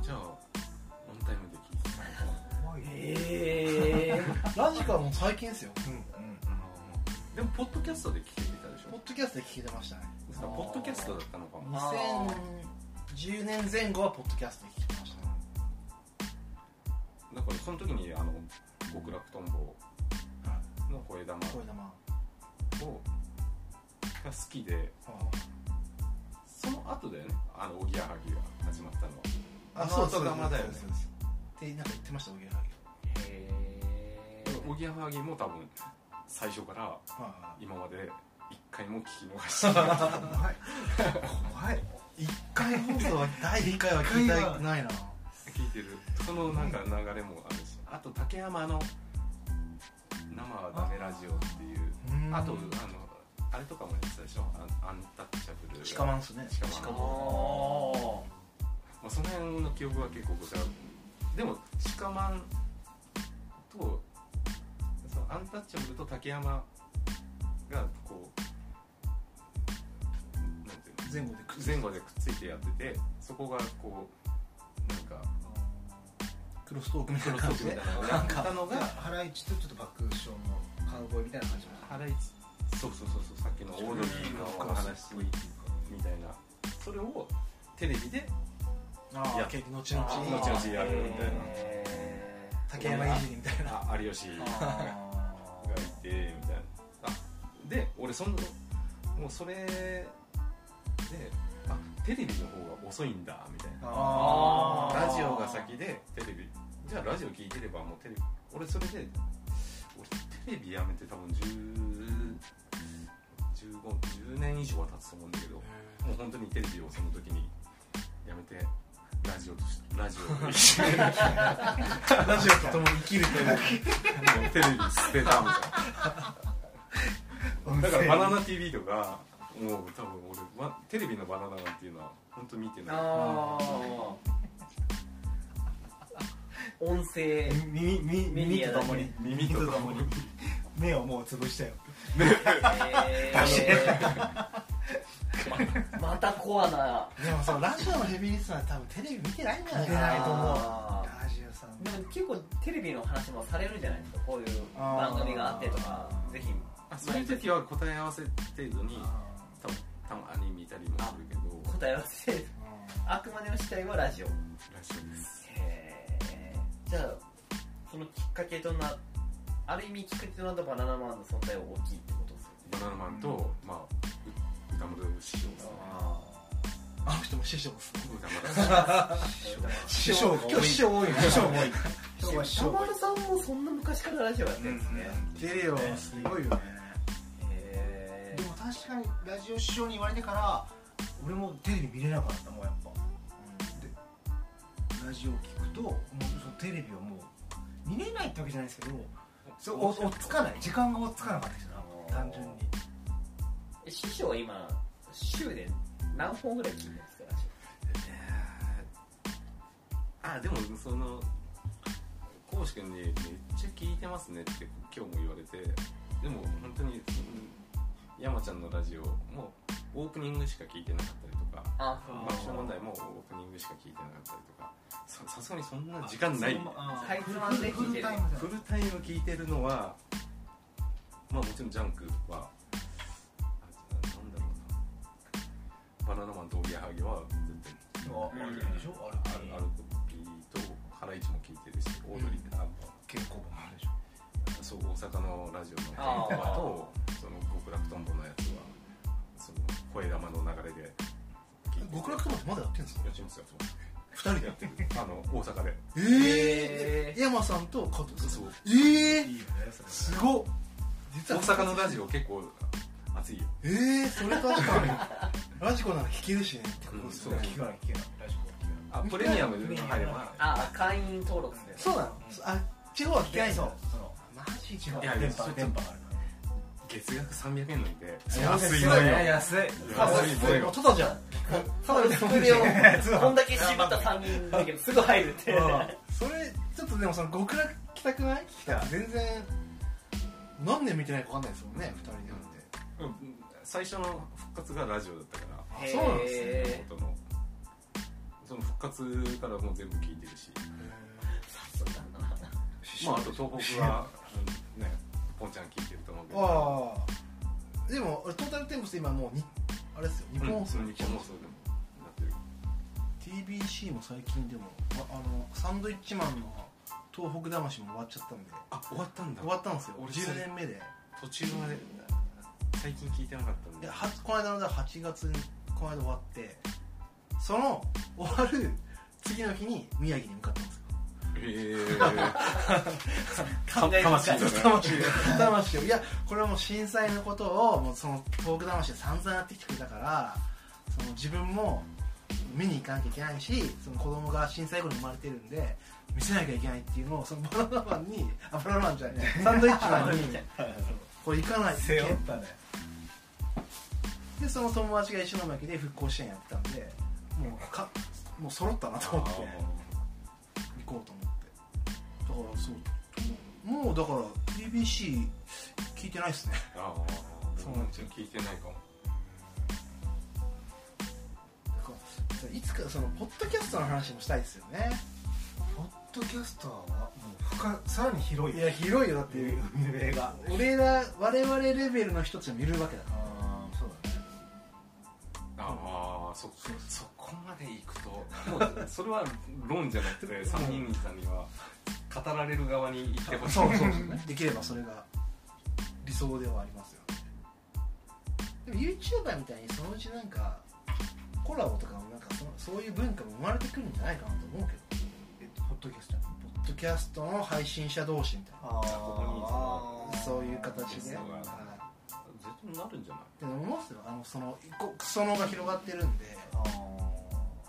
Speaker 4: じゃあオンタイムで聞いてたのかな
Speaker 3: ええ
Speaker 1: ラジカはもう最近ですよ
Speaker 2: うんうん
Speaker 4: でもポッドキャストで聞けてたでし
Speaker 1: ポッ
Speaker 4: ょ
Speaker 1: ドキャストで聞けてましたね
Speaker 4: だからポッドキャストだったのかも
Speaker 3: あ
Speaker 1: 2010年前後はポッドキャストで聞いてましたね
Speaker 4: だからその時にあの極楽とんぼの声玉
Speaker 1: 声玉
Speaker 4: をが好きでその後だよねあのおぎやはぎが始まったのはあの後玉だよね
Speaker 1: そうですってなんか言ってましたおぎやはぎ
Speaker 3: へえ
Speaker 4: おぎやはぎも多分最初から
Speaker 1: はい
Speaker 4: 今まで一回も聞き逃してない
Speaker 2: 怖い怖い
Speaker 1: 一回放送は第1回は聞いてないな
Speaker 4: 聞いてるそのなんか流れもあるしあと竹山の「生はダメラジオ」っていうあとあのあれとかもやってたでしょアンアンタッチャブル
Speaker 1: 鹿マンっすね
Speaker 4: しかも
Speaker 1: 鹿マン
Speaker 4: ま
Speaker 3: あー
Speaker 4: あ、その辺の記憶は結構ごちゃでも鹿マンとそのアンタッチャブルと竹山がこ
Speaker 1: 前
Speaker 4: うなんていうの
Speaker 1: 後でく
Speaker 4: 前後でくっついてやっててそこがこうなんか
Speaker 1: クロストークみたいな
Speaker 4: クロ
Speaker 1: 感
Speaker 4: ス
Speaker 1: じ
Speaker 4: トークみ
Speaker 1: で
Speaker 4: たいなのをやったの
Speaker 2: が
Speaker 4: が
Speaker 2: ハライチとちょっと爆笑のカウボーイみたいな感じ
Speaker 4: ハライチそうそうそうそうさっきのオードリーの話みたいなそれをテレビで
Speaker 1: ああ
Speaker 4: いや
Speaker 1: 後々
Speaker 4: あー後々やるみたいな
Speaker 3: え
Speaker 1: 竹山いじりみたいな
Speaker 4: あ有吉
Speaker 3: ー
Speaker 4: が
Speaker 3: あ
Speaker 4: いてみたいなあで俺そのもうそれであテレビの方が遅いんだみたいな
Speaker 3: あー
Speaker 4: ラジオが先でテレビじゃあラジオ聞いてればもうテレビ俺それで俺テレビやめて多分10 15 10年以上は経つと思うんだけどもう本当にテレビをその時にやめてラジオとしてラジオを一緒に
Speaker 1: ラジオと共に生きると いう
Speaker 4: テレビ捨てたみたいな。だからバナナ TV とかもう多分俺まテレビのバナナマンっていうのは本当見てない
Speaker 3: あー音声
Speaker 2: 耳耳耳とともに
Speaker 4: 耳とともに
Speaker 2: 目をもう潰したよ
Speaker 3: えー、またコアな
Speaker 1: でもそうラジオのヘビーリスナー多分テレビ見てないんじゃないかな
Speaker 2: 見てないと思う
Speaker 3: あ
Speaker 2: ラジオさん
Speaker 3: ーでも結構テレビの話もされるじゃないですかこういう番組があってと
Speaker 2: あ
Speaker 3: か
Speaker 2: ー
Speaker 3: ぜひ
Speaker 4: あそういう時は答え合わせ程度に多分たまに見たりもするけど
Speaker 3: 答え合わせあくまでの主体はラジオ
Speaker 4: らしいです
Speaker 3: へーじゃあそのきっかけとなある意味きっかけとなったバナナマンの存在は大きいってことですよね
Speaker 4: バナナマンと、まあう歌丸師匠ですね
Speaker 3: あ
Speaker 1: あの人も師匠ですね
Speaker 4: 歌 丸
Speaker 1: 師匠が今日師匠多い師匠多い
Speaker 3: あ歌丸さんもそんな昔からラジオやってるんですね、
Speaker 1: 出るよすごいよね
Speaker 3: へ
Speaker 2: でも確かにラジオ師匠に言われてから俺もテレビ見れなかったもんやっぱラジオ聞くともうそのテレビはもう見れないってわけじゃないですけどそうお追っつかない時間が追っつかなかったですよ単純に
Speaker 3: え師匠は今週で何本ぐらい聞いてるんですかラジ
Speaker 4: あでもそのこうし君に「めっちゃ聞いてますね」って今日も言われてでも本当にうん山ちゃんのラジオもオープニングしか聞いてなかったりとか
Speaker 3: オあ
Speaker 4: 爆笑問題もオープニングしか聞いてなかったりとかささすがにそんな時間ない
Speaker 3: かいつまんで聞いて
Speaker 2: フル
Speaker 3: る
Speaker 2: タイムだ
Speaker 4: フルタイム聞いてるのはまあもちろんジャンクはあなんだろうなバナナマンとおぎやはぎは絶対
Speaker 2: ああるでしょある
Speaker 4: あるあるとピーとハライチも聞いてるしオードリーあ
Speaker 2: 結構あるでしょ
Speaker 4: そう大阪のラジオの
Speaker 3: あー
Speaker 4: とその極楽とんぼのやつはその声玉の流れで聞いて
Speaker 1: 極楽ともまだやってんですか
Speaker 4: やってますよ
Speaker 1: 二人で
Speaker 4: やってるあの大阪で
Speaker 1: え
Speaker 3: え
Speaker 1: え山さんと加藤さ
Speaker 4: そ
Speaker 1: ん
Speaker 4: う
Speaker 1: ええ
Speaker 2: いいよねそれ
Speaker 1: すごっ実
Speaker 4: 大
Speaker 1: は
Speaker 4: 阪のラジオ結構熱いよ
Speaker 1: ええそれ確かにラジコなら聞けるしねってことですよね
Speaker 4: うん
Speaker 2: 聞かない聞かないラジコは聞かない
Speaker 4: あプレミアムに入れば
Speaker 3: ああ会員登録する
Speaker 1: そうなのあ地方は聞けないんだ
Speaker 2: そうその
Speaker 1: マジ
Speaker 2: 地
Speaker 1: か
Speaker 2: 方
Speaker 4: いやいや
Speaker 2: 電
Speaker 4: そ
Speaker 2: 波
Speaker 4: う
Speaker 2: 電波があるか
Speaker 4: 月額300円なんで
Speaker 2: ら
Speaker 4: 安い
Speaker 2: よ
Speaker 4: のよ
Speaker 2: 安い
Speaker 1: あ
Speaker 4: 安いの
Speaker 1: もう
Speaker 4: よ
Speaker 1: ただじゃん
Speaker 3: ただ薄でこんだけ絞った3人だけどすぐ入るって
Speaker 1: それちょっとでもその極楽来たくない来
Speaker 2: た
Speaker 1: 全然何年見てないか分かんないですもんね二人でなんで
Speaker 4: うん最初の復活がラジオだったから
Speaker 1: あそうなんですね
Speaker 3: へ
Speaker 4: 元のその復活からもう全部聞いてるしまああと東北はうんねポンちゃん聞いてると思うけど
Speaker 1: ああでもトータルテンボス今もうにあれですよ日本
Speaker 4: うん
Speaker 1: 放
Speaker 4: そ
Speaker 1: 送
Speaker 4: の日本放送でもなってる
Speaker 1: TBC も最近でもああのサンドイッチマンの東北魂も終わっちゃったんで
Speaker 4: あ終わったんだ
Speaker 1: 終わったんですよ
Speaker 4: 俺
Speaker 1: 10年目で
Speaker 4: 途中まで最近聞いてなかったん
Speaker 1: で
Speaker 4: で
Speaker 1: はこの間の8月にこの間終わってその終わる次の日に宮城に向かったんですよ
Speaker 4: え
Speaker 3: 考え
Speaker 4: 魂
Speaker 3: 深い
Speaker 4: だね
Speaker 1: 魂を魂をいやこれはもう震災のことをもうその東北魂で散々やってきてくれたからその自分も見に行かなきゃいけないしその子供が震災後に生まれてるんで見せなきゃいけないっていうのをそのバナナマンにあバナナマンじゃないサンドイッチマンにこれ行かないとい
Speaker 2: 背
Speaker 1: け
Speaker 2: 負ったね
Speaker 1: でその友達が石巻で復興支援やってたんでもうかもう揃ったなと思って行こうと思ってだからそうもうだから BBC 聞いてないっすね
Speaker 4: ああ
Speaker 1: そうなんですよ
Speaker 4: 聞いてないかも
Speaker 1: なんかいつかそのポッドキャストの話もしたいですよね
Speaker 2: ポッドキャスターはもう深さらに広い
Speaker 1: いや広いよだっ
Speaker 2: って
Speaker 1: て
Speaker 2: いう運営が
Speaker 1: 俺ら我々レベルの人たちもいるわけだか
Speaker 2: ああそうだね
Speaker 4: ああそそこまでいくともうそれは論じゃなくて3人さんには語られる側に行ってほ
Speaker 1: ら
Speaker 4: しい
Speaker 1: ねできればそれが理想ではありますよねでも YouTuber みたいにそのうちなんかコラボとかもなんかそそういう文化も生まれてくるんじゃないかなと思うけど
Speaker 2: えっとポッドキャスター
Speaker 1: ポッドキャストの配信者同士みたい
Speaker 2: あ
Speaker 4: こ
Speaker 1: なそういう形
Speaker 4: ゲス
Speaker 1: で、
Speaker 4: トが
Speaker 1: はい
Speaker 4: 絶対なるんじゃない
Speaker 1: でも思うんですよあのそのこ裾野が広がってるんで
Speaker 2: あ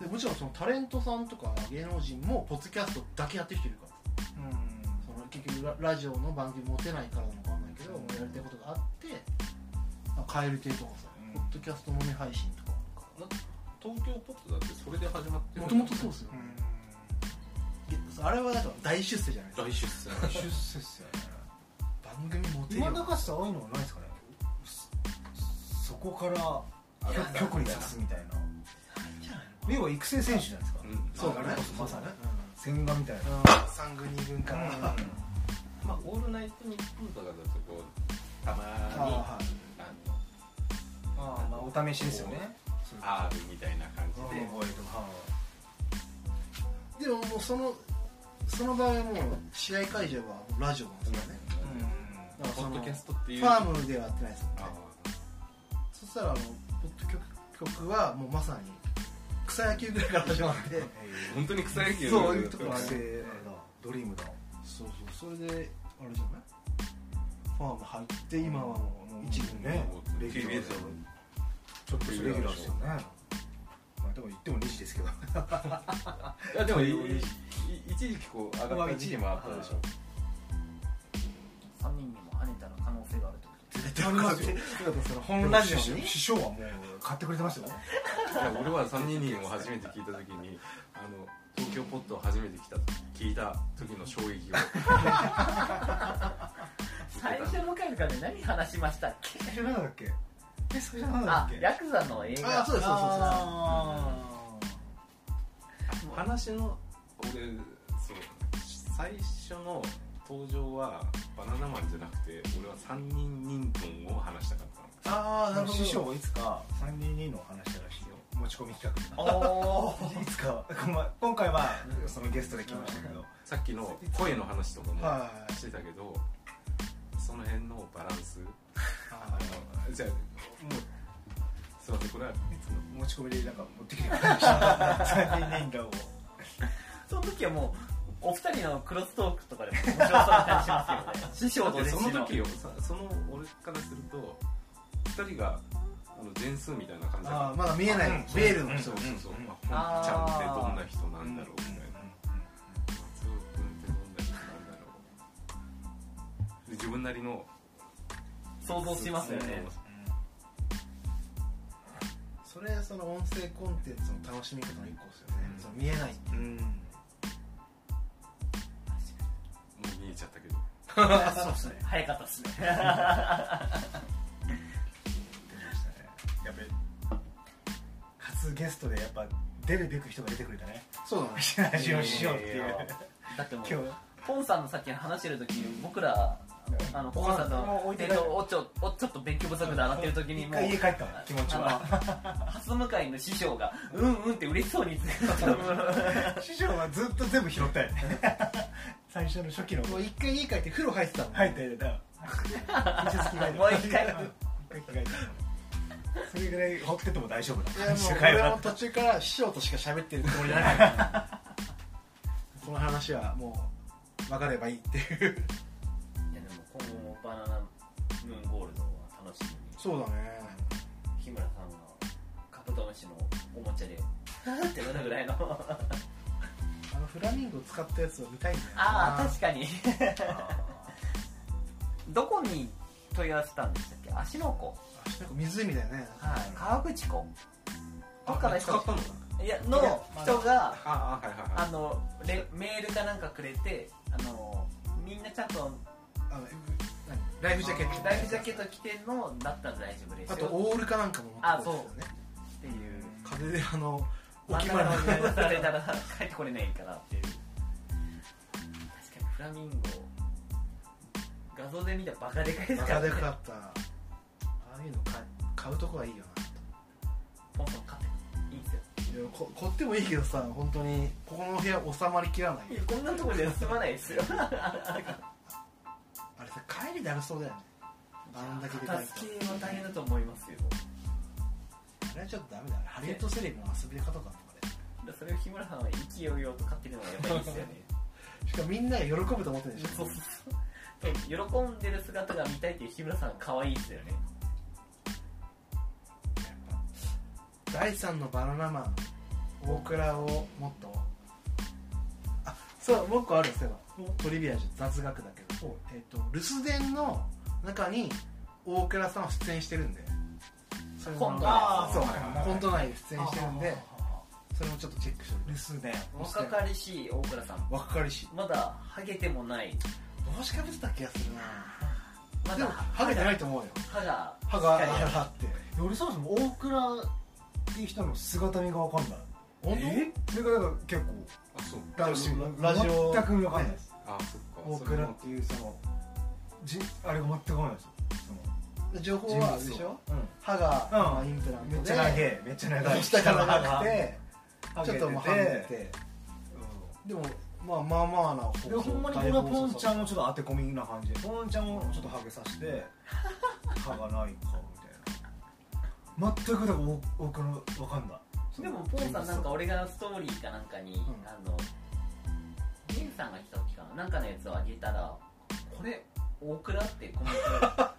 Speaker 1: でもちろんそのタレントさんとか芸能人もポッドキャストだけやってる人いるから
Speaker 2: うん
Speaker 1: その結局ララジオの番組持てないからなのかわかんないけど、もうやりたいことがあってあ蛙亭とかさ、
Speaker 2: う
Speaker 1: ポ
Speaker 2: ん
Speaker 1: ッドキャスト飲み配信とか
Speaker 4: 東京ポッドだってそれで始まってる
Speaker 1: もともとそうですよ、
Speaker 2: うん
Speaker 1: であれはだから大出世じゃないですか
Speaker 4: 大出世
Speaker 2: 出世っすよね
Speaker 1: 番組持てる
Speaker 2: 今中さ多いのはないですかねそそこから
Speaker 3: いや
Speaker 2: 局局に刺すみたいな
Speaker 1: じゃないの
Speaker 2: 要は育成選手じゃないですか、
Speaker 4: うん
Speaker 1: そうだ
Speaker 2: あれ
Speaker 1: ね
Speaker 2: こそまさに
Speaker 1: う
Speaker 2: 千賀みたい
Speaker 1: ん
Speaker 2: な、
Speaker 1: うん、3軍2軍から、あ
Speaker 4: まあオールナイトニッポンとかだとこうたま
Speaker 1: あ
Speaker 4: ーに
Speaker 1: はい
Speaker 4: あ
Speaker 2: ああまあお試しですよね
Speaker 4: のアールみたいな感じで
Speaker 2: 覚えとか
Speaker 1: でももうそのその場合はもう試合会場はラジオなんですよね、
Speaker 2: う
Speaker 1: だからそ
Speaker 4: ポ
Speaker 1: の
Speaker 4: ッドキャストっていう
Speaker 1: ファームではやってないですもんね
Speaker 4: あ
Speaker 1: そしたらあのポッド曲曲はもうまさに草野球ぐらいから始まって
Speaker 4: ー本当に草野球
Speaker 1: そういうところあ
Speaker 2: 学
Speaker 1: る
Speaker 2: 生だドリームだ
Speaker 1: そうそうそれであれじゃないファーム入って今はもう一軍で、
Speaker 2: ね
Speaker 4: レギュラーで
Speaker 2: ちょっとレギュラーですよねまあでも言っても2時ですけど
Speaker 4: いやでもいい一時期こう上がった時期もあったでしょ
Speaker 3: 3人にも跳ねたら可能性があるってこと
Speaker 1: 絶対勝つよだからその本ラジオに
Speaker 2: 師匠はもう買ってくれてましたよ
Speaker 4: いや俺は3人にも初めて聞いた時にあの東京ポッドを初めて来た聞いた時の衝撃を
Speaker 3: 最初の回とかで何話しましたっけ
Speaker 2: 最初なんだっけえ最初なんだ
Speaker 3: あ
Speaker 2: っけ
Speaker 3: ヤクザの映画
Speaker 1: あそうですそうですそう
Speaker 2: あ
Speaker 4: 話の俺そう最初の登場はバナナマンじゃなくて俺は3人忍豚を話したかったの
Speaker 1: ああなるほど
Speaker 2: 師匠いつか322の話したらしいよ持ち込み企画
Speaker 3: あ
Speaker 2: いつか、まあ、今回はそのゲストで来ました けど
Speaker 4: さっきの声の話とかも
Speaker 1: はい
Speaker 4: してたけどその辺のバランスあ
Speaker 1: あ
Speaker 4: のじゃあもうすいませんこれはいつの
Speaker 2: 持ち込みでなんか持ってきてくれました322のを
Speaker 3: その時はもうお二人のクロストークとかでも面白そうな感じしますけどね 師匠と
Speaker 4: だって
Speaker 3: 弟子の
Speaker 4: その時よさその俺からすると2人があの全数みたいな感じだ
Speaker 1: あ
Speaker 4: か
Speaker 1: まだ見えないベールの
Speaker 4: ら
Speaker 1: 人
Speaker 4: そうそうそう
Speaker 2: うん
Speaker 4: まあ本
Speaker 3: あー
Speaker 4: ちゃんってどんな人なんだろうみたいな松尾君ってどんな人なんだろうで自分なりの
Speaker 3: 想像しますよね
Speaker 4: そう
Speaker 1: それその音声コンテンツの楽しみ方の一個ですよね、
Speaker 4: うん
Speaker 1: その見えないっていううん
Speaker 4: もう見えちゃったけど
Speaker 3: そうですね早かったですね
Speaker 2: 出ましたねやべ初ゲストでやっぱ出るべく人が出てくれたね
Speaker 1: そうだね
Speaker 2: 話をしようっていう
Speaker 4: いやいやいや
Speaker 3: だっても
Speaker 2: 今
Speaker 3: う
Speaker 2: 日
Speaker 3: ポンさんのさっき話してる時に僕らあのポンさん
Speaker 2: もう
Speaker 3: の
Speaker 2: 置いて
Speaker 3: えっ
Speaker 2: かれ
Speaker 3: とおちょおちょっと勉強不足だなっていう時に
Speaker 2: 一
Speaker 3: もう
Speaker 2: 回家帰ったわ気持ちは
Speaker 3: あの初向かいの師匠がうんうんって嬉しそうに言ってた
Speaker 2: 師匠はずっと全部拾ったよね最初の初期の
Speaker 1: もう一回家帰って風呂入ってたもん、
Speaker 2: 入った入れた一応着替えた
Speaker 3: もう一回
Speaker 2: 一回着替えたそれぐらい放ってても大丈夫だ
Speaker 1: いやもう
Speaker 2: 会
Speaker 1: 俺
Speaker 2: 話
Speaker 1: も途中から師匠としか喋ってるつもりじゃないから この話はもう分かればいいっていう
Speaker 3: いやでも今後もバナナムーンゴールドは楽しみに
Speaker 1: そうだね
Speaker 3: 日村さんがカブトムシのおもちゃでハーってなるぐらいの
Speaker 1: あのフラミンゴ使ったやつを見たいんだよ
Speaker 3: ああ
Speaker 1: な
Speaker 3: 確かに どこに問い合わせたんでしたっけ芦ノ湖
Speaker 1: あなんか湖だよね
Speaker 3: はい川口湖どっかの人
Speaker 4: 使ったの
Speaker 3: いやの人が
Speaker 4: ああはいはい
Speaker 3: あ
Speaker 4: はい
Speaker 3: のレメールかなんかくれてあのみんなちゃんと
Speaker 1: あの何ライフジャケット
Speaker 3: ライフジャケット着てんのだったら大丈夫ですよ
Speaker 1: あとオールかなんかも持ってこいですよね
Speaker 3: っていう
Speaker 1: 風であの
Speaker 3: ま
Speaker 1: 置き
Speaker 3: た
Speaker 1: 場に
Speaker 3: のメールされたら帰ってこれないからっていう確かにフラミンゴ画像で見たらバカでかいです
Speaker 1: バ
Speaker 3: から
Speaker 1: カ
Speaker 3: ね
Speaker 1: でかかったああいうの買買うとこはいいよ
Speaker 3: ポンポン買っていいんですよ
Speaker 1: ないやこ 凝ってもいいけどさ本当にここの部屋収まりきらない
Speaker 3: い
Speaker 1: よ
Speaker 3: やこんなとこじゃ済まないですよ
Speaker 1: あれさ帰りだるそうだよねあんだけでかい
Speaker 3: 片
Speaker 1: と
Speaker 3: 付けは大変だと思いますよ
Speaker 1: あれはちょっとダメだねハリウッドセレブの遊び方だったのかね
Speaker 3: だそれを日村さんは勢いよく買ってるのがやっぱいいですよね
Speaker 1: しかもみんなが喜ぶと思ってるでし
Speaker 3: そう
Speaker 1: ょ
Speaker 3: そうそう喜んでる姿が見たいっていう日村さん可愛いですよね
Speaker 1: 第三のバナナマン大倉をもっとあそうもう一個あるんですよトリビアじゃ雑学だけど、えっと留守電の中に大倉さんは出演してるんでそれも
Speaker 3: コント
Speaker 1: あーそう
Speaker 2: はいはいはい
Speaker 1: コント内で出演してるん
Speaker 2: は
Speaker 1: で
Speaker 2: あはあは
Speaker 1: それもちょっとチェックして
Speaker 2: あ
Speaker 1: おい
Speaker 2: 留
Speaker 1: て
Speaker 2: 守だよ
Speaker 3: 若かりしい大倉さん
Speaker 1: 若かりし
Speaker 3: まだハゲてもない
Speaker 1: 帽子かぶってた気がするな
Speaker 3: ま
Speaker 1: で
Speaker 3: だ
Speaker 1: もハゲてないと思うよ
Speaker 3: 歯が
Speaker 1: 歯があ
Speaker 3: しっかりある
Speaker 1: らって
Speaker 2: 俺そもそも大倉っていう人の姿見が分かんない
Speaker 1: 本
Speaker 2: それがだから結構
Speaker 4: あそう
Speaker 1: ラジオラジオ
Speaker 2: 全く分かんないです
Speaker 4: あそっか
Speaker 2: 大
Speaker 4: それ
Speaker 2: 倉っ
Speaker 4: も
Speaker 2: ていうそのじあれが全く分かんないですよ
Speaker 1: 当情
Speaker 2: その
Speaker 1: 報はあれでしょ
Speaker 2: 人物を
Speaker 1: 歯が、
Speaker 2: うん
Speaker 1: まあインプラ
Speaker 2: う
Speaker 1: ン
Speaker 2: ん
Speaker 1: トで
Speaker 2: めっちゃ長えめっちゃ長い
Speaker 1: 下から 長くて
Speaker 2: ハ
Speaker 1: ちょ
Speaker 2: ゲ
Speaker 1: ってともうはみ出てでもまあまあまあな
Speaker 2: うんでほんまにこれはポンちゃんのちょっと当て込みな感じでポンちゃんをちょっとハゲさせ て歯がない顔みたいな全くだからお僕の分かんない
Speaker 3: でもポンさんなんか俺がストーリーかなんかに、あのゲンさんが来た時かななんかのやつをあげたらこれ大倉ってコメントが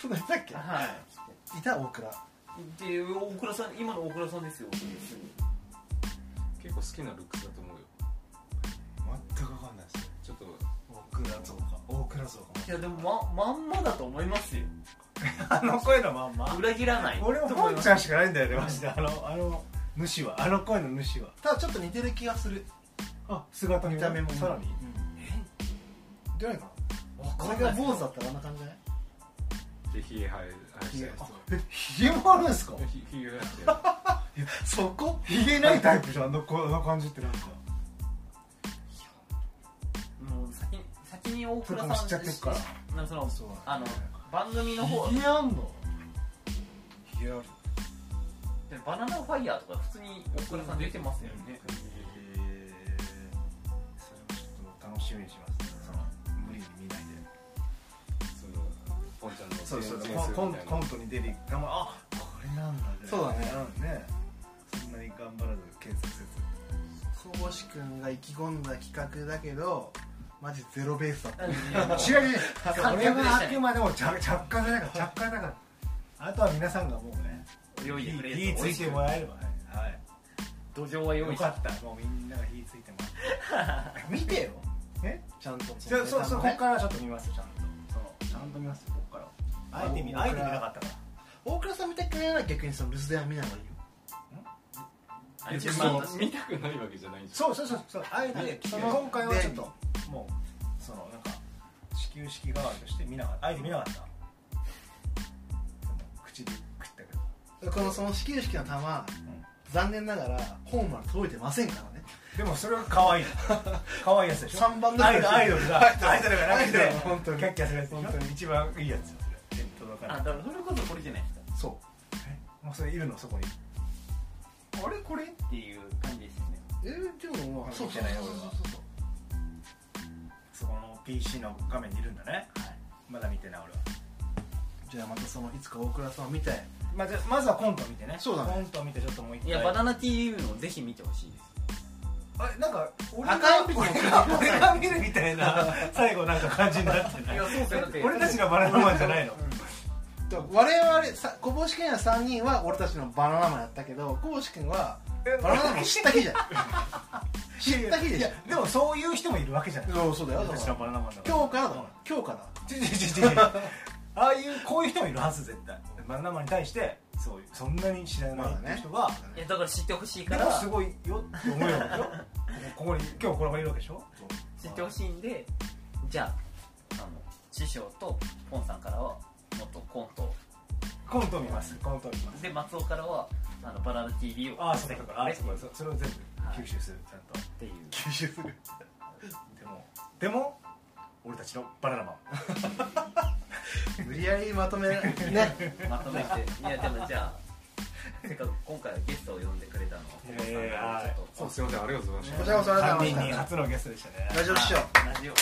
Speaker 1: そうだったっけ
Speaker 3: はい
Speaker 1: いた大倉
Speaker 3: 来てで大倉さん今の大倉さんですよって
Speaker 4: 結構好きなルックスだと思うよ
Speaker 2: 全く分かんないですよ
Speaker 4: ちょっと
Speaker 2: 大倉そうか大倉そうか
Speaker 3: いやでもままんまだと思いますよ
Speaker 2: あの声のまんま
Speaker 3: 裏切らない
Speaker 2: 俺もポンちゃんしかないんだよねマジであのあの主はあの声の主は
Speaker 1: ただちょっと似てる気がする
Speaker 2: あ姿
Speaker 1: 見た目も
Speaker 2: さらに
Speaker 1: じゃないかな
Speaker 3: わ
Speaker 1: これが坊主だったらあんな感じじゃない
Speaker 4: で冷え生え生やしてる
Speaker 1: あ
Speaker 2: えヒゲもあるんですか
Speaker 4: ひひげ生やしてる
Speaker 1: そこ
Speaker 2: ヒゲないタイプじゃんあのこあの感じってなんか
Speaker 3: に大倉さ
Speaker 2: それか
Speaker 3: ん
Speaker 2: も知っちゃってっから
Speaker 3: なんかその
Speaker 1: そう
Speaker 3: あの番組の方
Speaker 2: ひげあんの
Speaker 1: いや
Speaker 3: でバナナファイヤーとか普通に大倉さん出てますよね
Speaker 2: えそれもちょっと楽しみにしますねその無理に見ないで
Speaker 4: そのポンちゃんの
Speaker 2: そうそう
Speaker 4: 前
Speaker 2: コン
Speaker 4: 前
Speaker 2: コンコ
Speaker 4: 世みたいな
Speaker 2: ントに出る頑張あこれなんだね
Speaker 1: そうだね
Speaker 2: うんねそんなに頑張らず検索せず
Speaker 1: こうし君が意気込んだ企画だけどマジゼロベースだった
Speaker 2: ちなみに
Speaker 3: 観客
Speaker 2: 俺
Speaker 3: で
Speaker 2: は
Speaker 3: したね
Speaker 2: あくまでも着着火じゃなかった着火だからあとは皆さんがもうね
Speaker 3: 泳いでくれる
Speaker 2: 火ついてもらえればね
Speaker 3: 土壌は
Speaker 2: はい
Speaker 3: 用
Speaker 2: よ
Speaker 3: 意し
Speaker 2: か
Speaker 3: た
Speaker 2: ったもうみんなが火ついてもらって
Speaker 1: 見てよ
Speaker 2: え
Speaker 1: ちゃんと
Speaker 2: じゃあそうそうこ
Speaker 1: ネ
Speaker 2: っ
Speaker 1: タもね
Speaker 2: からちょっと見ますよちゃんとそうちゃんと見ますよこっからあえて見
Speaker 1: 僕ら
Speaker 2: あえて見なかったから
Speaker 1: 大倉さん見たくないなら逆にその留守電は見ない方がいいよ
Speaker 3: あ
Speaker 4: い
Speaker 3: れ
Speaker 4: や
Speaker 3: 順番
Speaker 4: そ
Speaker 3: とし
Speaker 4: の
Speaker 3: て
Speaker 4: 見たくないわけじゃないんです
Speaker 2: そうそうそうそうあえて
Speaker 1: で
Speaker 2: その今回はちょっともうそのなんか始球式代わりとして見なかったあえて見なかったでも口で食ったけど
Speaker 1: このその始球式の球、残念ながらホームまで届いてませんからね
Speaker 2: でもそれは可 愛い可愛いやつでしょ
Speaker 1: 3番
Speaker 2: ア
Speaker 1: だ
Speaker 2: イ
Speaker 1: け
Speaker 2: ドルアイドル がアイドルがなくて
Speaker 1: アイドル本当に
Speaker 2: キャッキャするやつでしょ
Speaker 1: 本当
Speaker 2: 一番いいやつよそれ手に届か
Speaker 3: あ
Speaker 2: ない
Speaker 3: だからそれこそこれじゃないですか
Speaker 1: そ
Speaker 2: えもうそれいるのそこに
Speaker 3: あれこれっていう感じですよね
Speaker 1: うえー、でもまあそうそうそうそうそう
Speaker 2: そこの PC の画面にいるんだね
Speaker 3: はい
Speaker 2: まだ見てない俺は
Speaker 1: じゃあまたそのいつか大倉さんを見て
Speaker 2: まあじゃあまずはコント見てね
Speaker 1: そうだね
Speaker 2: コント見てちょっともう一回
Speaker 3: いやバナナ TU のぜひ見てほしいです
Speaker 2: あれなんか俺
Speaker 1: 赤
Speaker 2: が
Speaker 1: 鉛筆の
Speaker 2: 俺が俺が見るみたいな最後なんか感じになってない
Speaker 3: いやそうですよだって
Speaker 2: 俺たちがバナナマンじゃないの
Speaker 1: だから我々さ小坊主君や3人は俺たちのバナナマンやったけど小坊主君はバナナマン知った 日じゃん知った日で
Speaker 2: い
Speaker 1: しょ
Speaker 2: やでもそういう人もいるわけじゃない
Speaker 1: そうそうだよだ
Speaker 2: 俺たちの
Speaker 1: か
Speaker 2: バナナマンだ
Speaker 1: ら今日からだから今日から
Speaker 2: ちょちょちょちょちょああいうこういう人もいるはず絶対バナナマンに対してそういうそんなに知らないっていう人が、
Speaker 3: いやだから知ってほしいか
Speaker 2: でも
Speaker 3: ら
Speaker 2: すごいよって思うわけでしょここに今日これがいるわけでしょ
Speaker 3: 知ってほしいんでじゃああの師匠とポンさんからはもっとコント
Speaker 2: コント見ますコント見ます
Speaker 3: で松尾からはあのバナナ TV を
Speaker 2: ああそうかそうかああ
Speaker 3: って
Speaker 2: そうかそうそれを全部吸収するちゃんと
Speaker 3: いう
Speaker 1: 吸収する
Speaker 2: でもでも俺たちのバナナマン
Speaker 1: 無理やりまとめない ね
Speaker 3: まとめていやでもじゃあせっかく今回はゲストを呼んでくれたのをポンさんからちょっと
Speaker 4: そうすいませんありがとうございま
Speaker 1: こ
Speaker 4: し
Speaker 1: ち
Speaker 4: た
Speaker 1: らこそありがとうござい
Speaker 2: 3人
Speaker 1: まし
Speaker 2: に
Speaker 1: た
Speaker 2: 初のゲストでしたね
Speaker 1: ラジオ師匠
Speaker 3: ラジオもやっ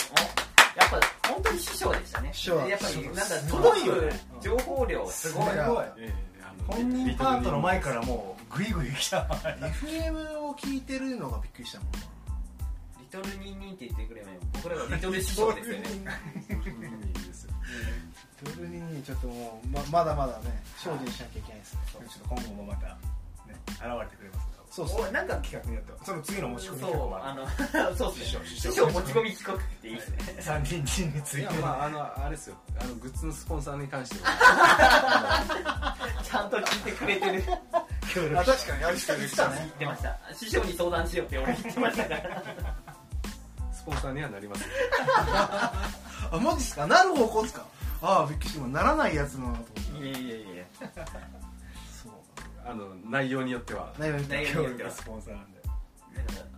Speaker 3: ぱ本当に師匠でしたね
Speaker 1: 師匠
Speaker 3: やっぱりなんだ
Speaker 2: すご
Speaker 3: 届
Speaker 2: いよね
Speaker 3: く情報量すごい
Speaker 1: すごい
Speaker 4: ええあの
Speaker 2: 本人パートの前からもうグイグイ来た
Speaker 1: FM を聞いてるのがびっくりしたもん
Speaker 3: リトルニンニンって言ってくればいいの僕らがリトル師匠ですよね
Speaker 4: いいですよ
Speaker 1: ドルニーにちょっともうままだまだね精進しなきゃいけないですね
Speaker 2: ちょっと今後もまたね現れてくれます
Speaker 1: そうっすね
Speaker 2: おなんか企画によってはその次の持ち込み企画
Speaker 3: そう
Speaker 2: もあ
Speaker 3: あ
Speaker 2: る
Speaker 3: のそうですね師匠持ち込み企画っていいですね
Speaker 2: 3人陣につ
Speaker 4: い
Speaker 2: い
Speaker 4: や
Speaker 2: て
Speaker 4: まああのあれですよあのグッズのスポンサーに関しては
Speaker 3: ちゃんと聞いてくれてる
Speaker 2: 協力
Speaker 1: あ確かにやりたいです
Speaker 3: 言ってました師匠に相談しようって俺言ってましたから
Speaker 4: スポンサーにはなりますよ
Speaker 1: あマジっすかなる方向っすかああびっくりした今ならないやつなのかと思って
Speaker 3: いやいやいや
Speaker 1: そう
Speaker 4: あの内容によっては
Speaker 1: 内容見て
Speaker 3: 内
Speaker 2: 協
Speaker 3: 容によっ
Speaker 2: 力
Speaker 3: ては
Speaker 2: がスポンサーなんで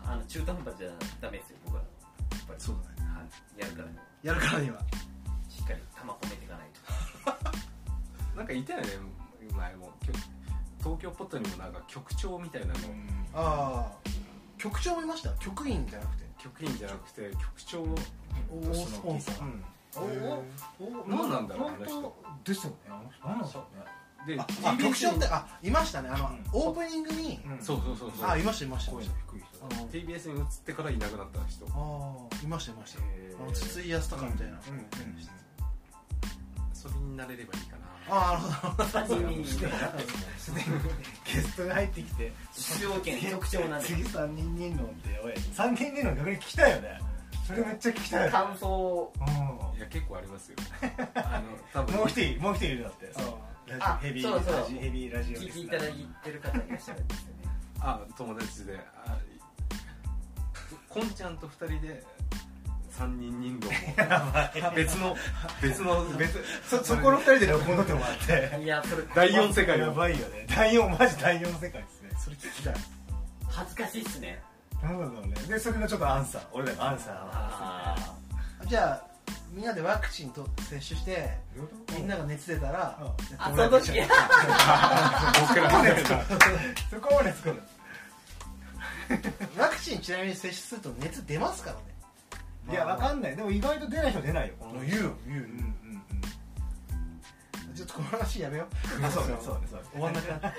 Speaker 3: あの中途半端じゃダメですよ僕らやっぱり
Speaker 1: そうだね
Speaker 3: やるから
Speaker 1: やるからには
Speaker 3: しっかり玉込めていかないと
Speaker 4: なんかいたよね前もきょ東京ポットにもなんか局長みたいなの
Speaker 1: ああ局長もいました局員じゃなくて
Speaker 4: 局員じゃなくて局長を
Speaker 1: お
Speaker 4: と
Speaker 1: お
Speaker 4: して
Speaker 1: スポ
Speaker 4: の
Speaker 1: ンサー
Speaker 2: うん
Speaker 1: おおお
Speaker 4: 何なんだろうねあの人
Speaker 2: 本当ですよね何なんでしょ
Speaker 4: で
Speaker 1: ああ局長って
Speaker 4: TBS
Speaker 1: あいましたねあの
Speaker 2: うん
Speaker 1: オープニングに
Speaker 2: うね
Speaker 4: そうそうそうそう
Speaker 1: あいましたいましたいま
Speaker 2: 声
Speaker 1: し
Speaker 2: の
Speaker 1: た
Speaker 2: 低い
Speaker 1: あ
Speaker 2: 人
Speaker 1: の
Speaker 4: TBS に移ってからいなくなった人
Speaker 1: ああいましたいました
Speaker 4: へー
Speaker 1: あの筒井康隆みたいな
Speaker 2: うんうん
Speaker 4: それになれればいいかな
Speaker 1: ああなるほど
Speaker 3: 3人に
Speaker 2: すでにゲストが入ってきて
Speaker 3: 出場権局長なんで
Speaker 2: 次三人人論ってやばい三人人論逆に聞きたいよねそれめっちゃ聞きたいよ
Speaker 3: 感
Speaker 2: ね
Speaker 3: 想を
Speaker 2: うん
Speaker 4: いや結構ありますよあの多分
Speaker 2: もう一人もう一人いるんだってその
Speaker 3: あ
Speaker 2: ラジヘビ
Speaker 3: そうそう
Speaker 2: ーラジヘビーラジオ
Speaker 3: 聞
Speaker 2: リ
Speaker 3: いて
Speaker 2: ス
Speaker 3: い
Speaker 2: ナ
Speaker 3: ただ
Speaker 2: ー
Speaker 3: いてる方いらっしゃるんですよね
Speaker 4: あ友達であいこんちゃんと二人で三人人 狼を別の別の別
Speaker 2: そそこの二人で録音撮ってもらって
Speaker 3: いやそれ
Speaker 4: 第四世界
Speaker 2: や
Speaker 4: を
Speaker 2: ばいよね第四マジ第四世界ですね
Speaker 1: それ聞きたい
Speaker 3: 恥ずかしいっすね
Speaker 2: なんだろうねでそれのちょっとアンサー俺らのアンサー
Speaker 3: あ
Speaker 1: じゃあみんなでワクチンと接種してみんなが熱出たら
Speaker 2: う
Speaker 1: やってもらえばいいじゃん
Speaker 3: あ
Speaker 4: 僕ら
Speaker 2: そこま
Speaker 4: の
Speaker 2: で作る そこまで作る
Speaker 1: ワクチンちなみに接種すると熱出ますからね
Speaker 2: いやわかんないでも意外と出ない人出ないよこの
Speaker 1: 言うよ言う
Speaker 2: うんうんうん
Speaker 1: ちょっとこの話やめよう
Speaker 2: あそうねそうねそうね
Speaker 1: 終わんなくなった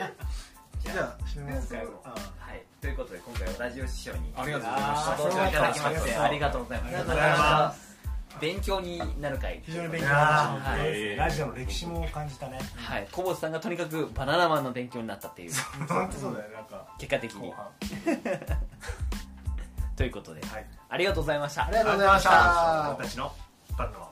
Speaker 1: じゃあ締めます
Speaker 2: そ
Speaker 1: か
Speaker 2: れ
Speaker 3: 最
Speaker 2: を
Speaker 3: 後
Speaker 2: あ
Speaker 3: はいということで今回はラジオ師匠に
Speaker 4: ありがとうございました
Speaker 2: あ
Speaker 3: ご登場いただきまして
Speaker 2: あ
Speaker 3: あ
Speaker 2: り
Speaker 3: り
Speaker 2: が
Speaker 3: が
Speaker 2: とう
Speaker 3: とう
Speaker 2: ご
Speaker 3: ご
Speaker 2: ざ
Speaker 3: ざ
Speaker 2: いま
Speaker 3: いますす
Speaker 1: ありがとうございます
Speaker 3: 勉強になる回
Speaker 1: 非常に勉強
Speaker 2: い
Speaker 1: に
Speaker 2: や
Speaker 1: なりまし
Speaker 3: はい
Speaker 2: ーラジオの歴史も感じたね
Speaker 3: はい小坊さんがとにかくバナナマンの勉強になったっていう
Speaker 2: 本当そうだよなんか
Speaker 3: 結果的
Speaker 2: 後
Speaker 3: に
Speaker 2: 半
Speaker 3: ということで
Speaker 2: はい
Speaker 3: ありがとうございました
Speaker 1: たありがとうございました
Speaker 2: 私のバンドは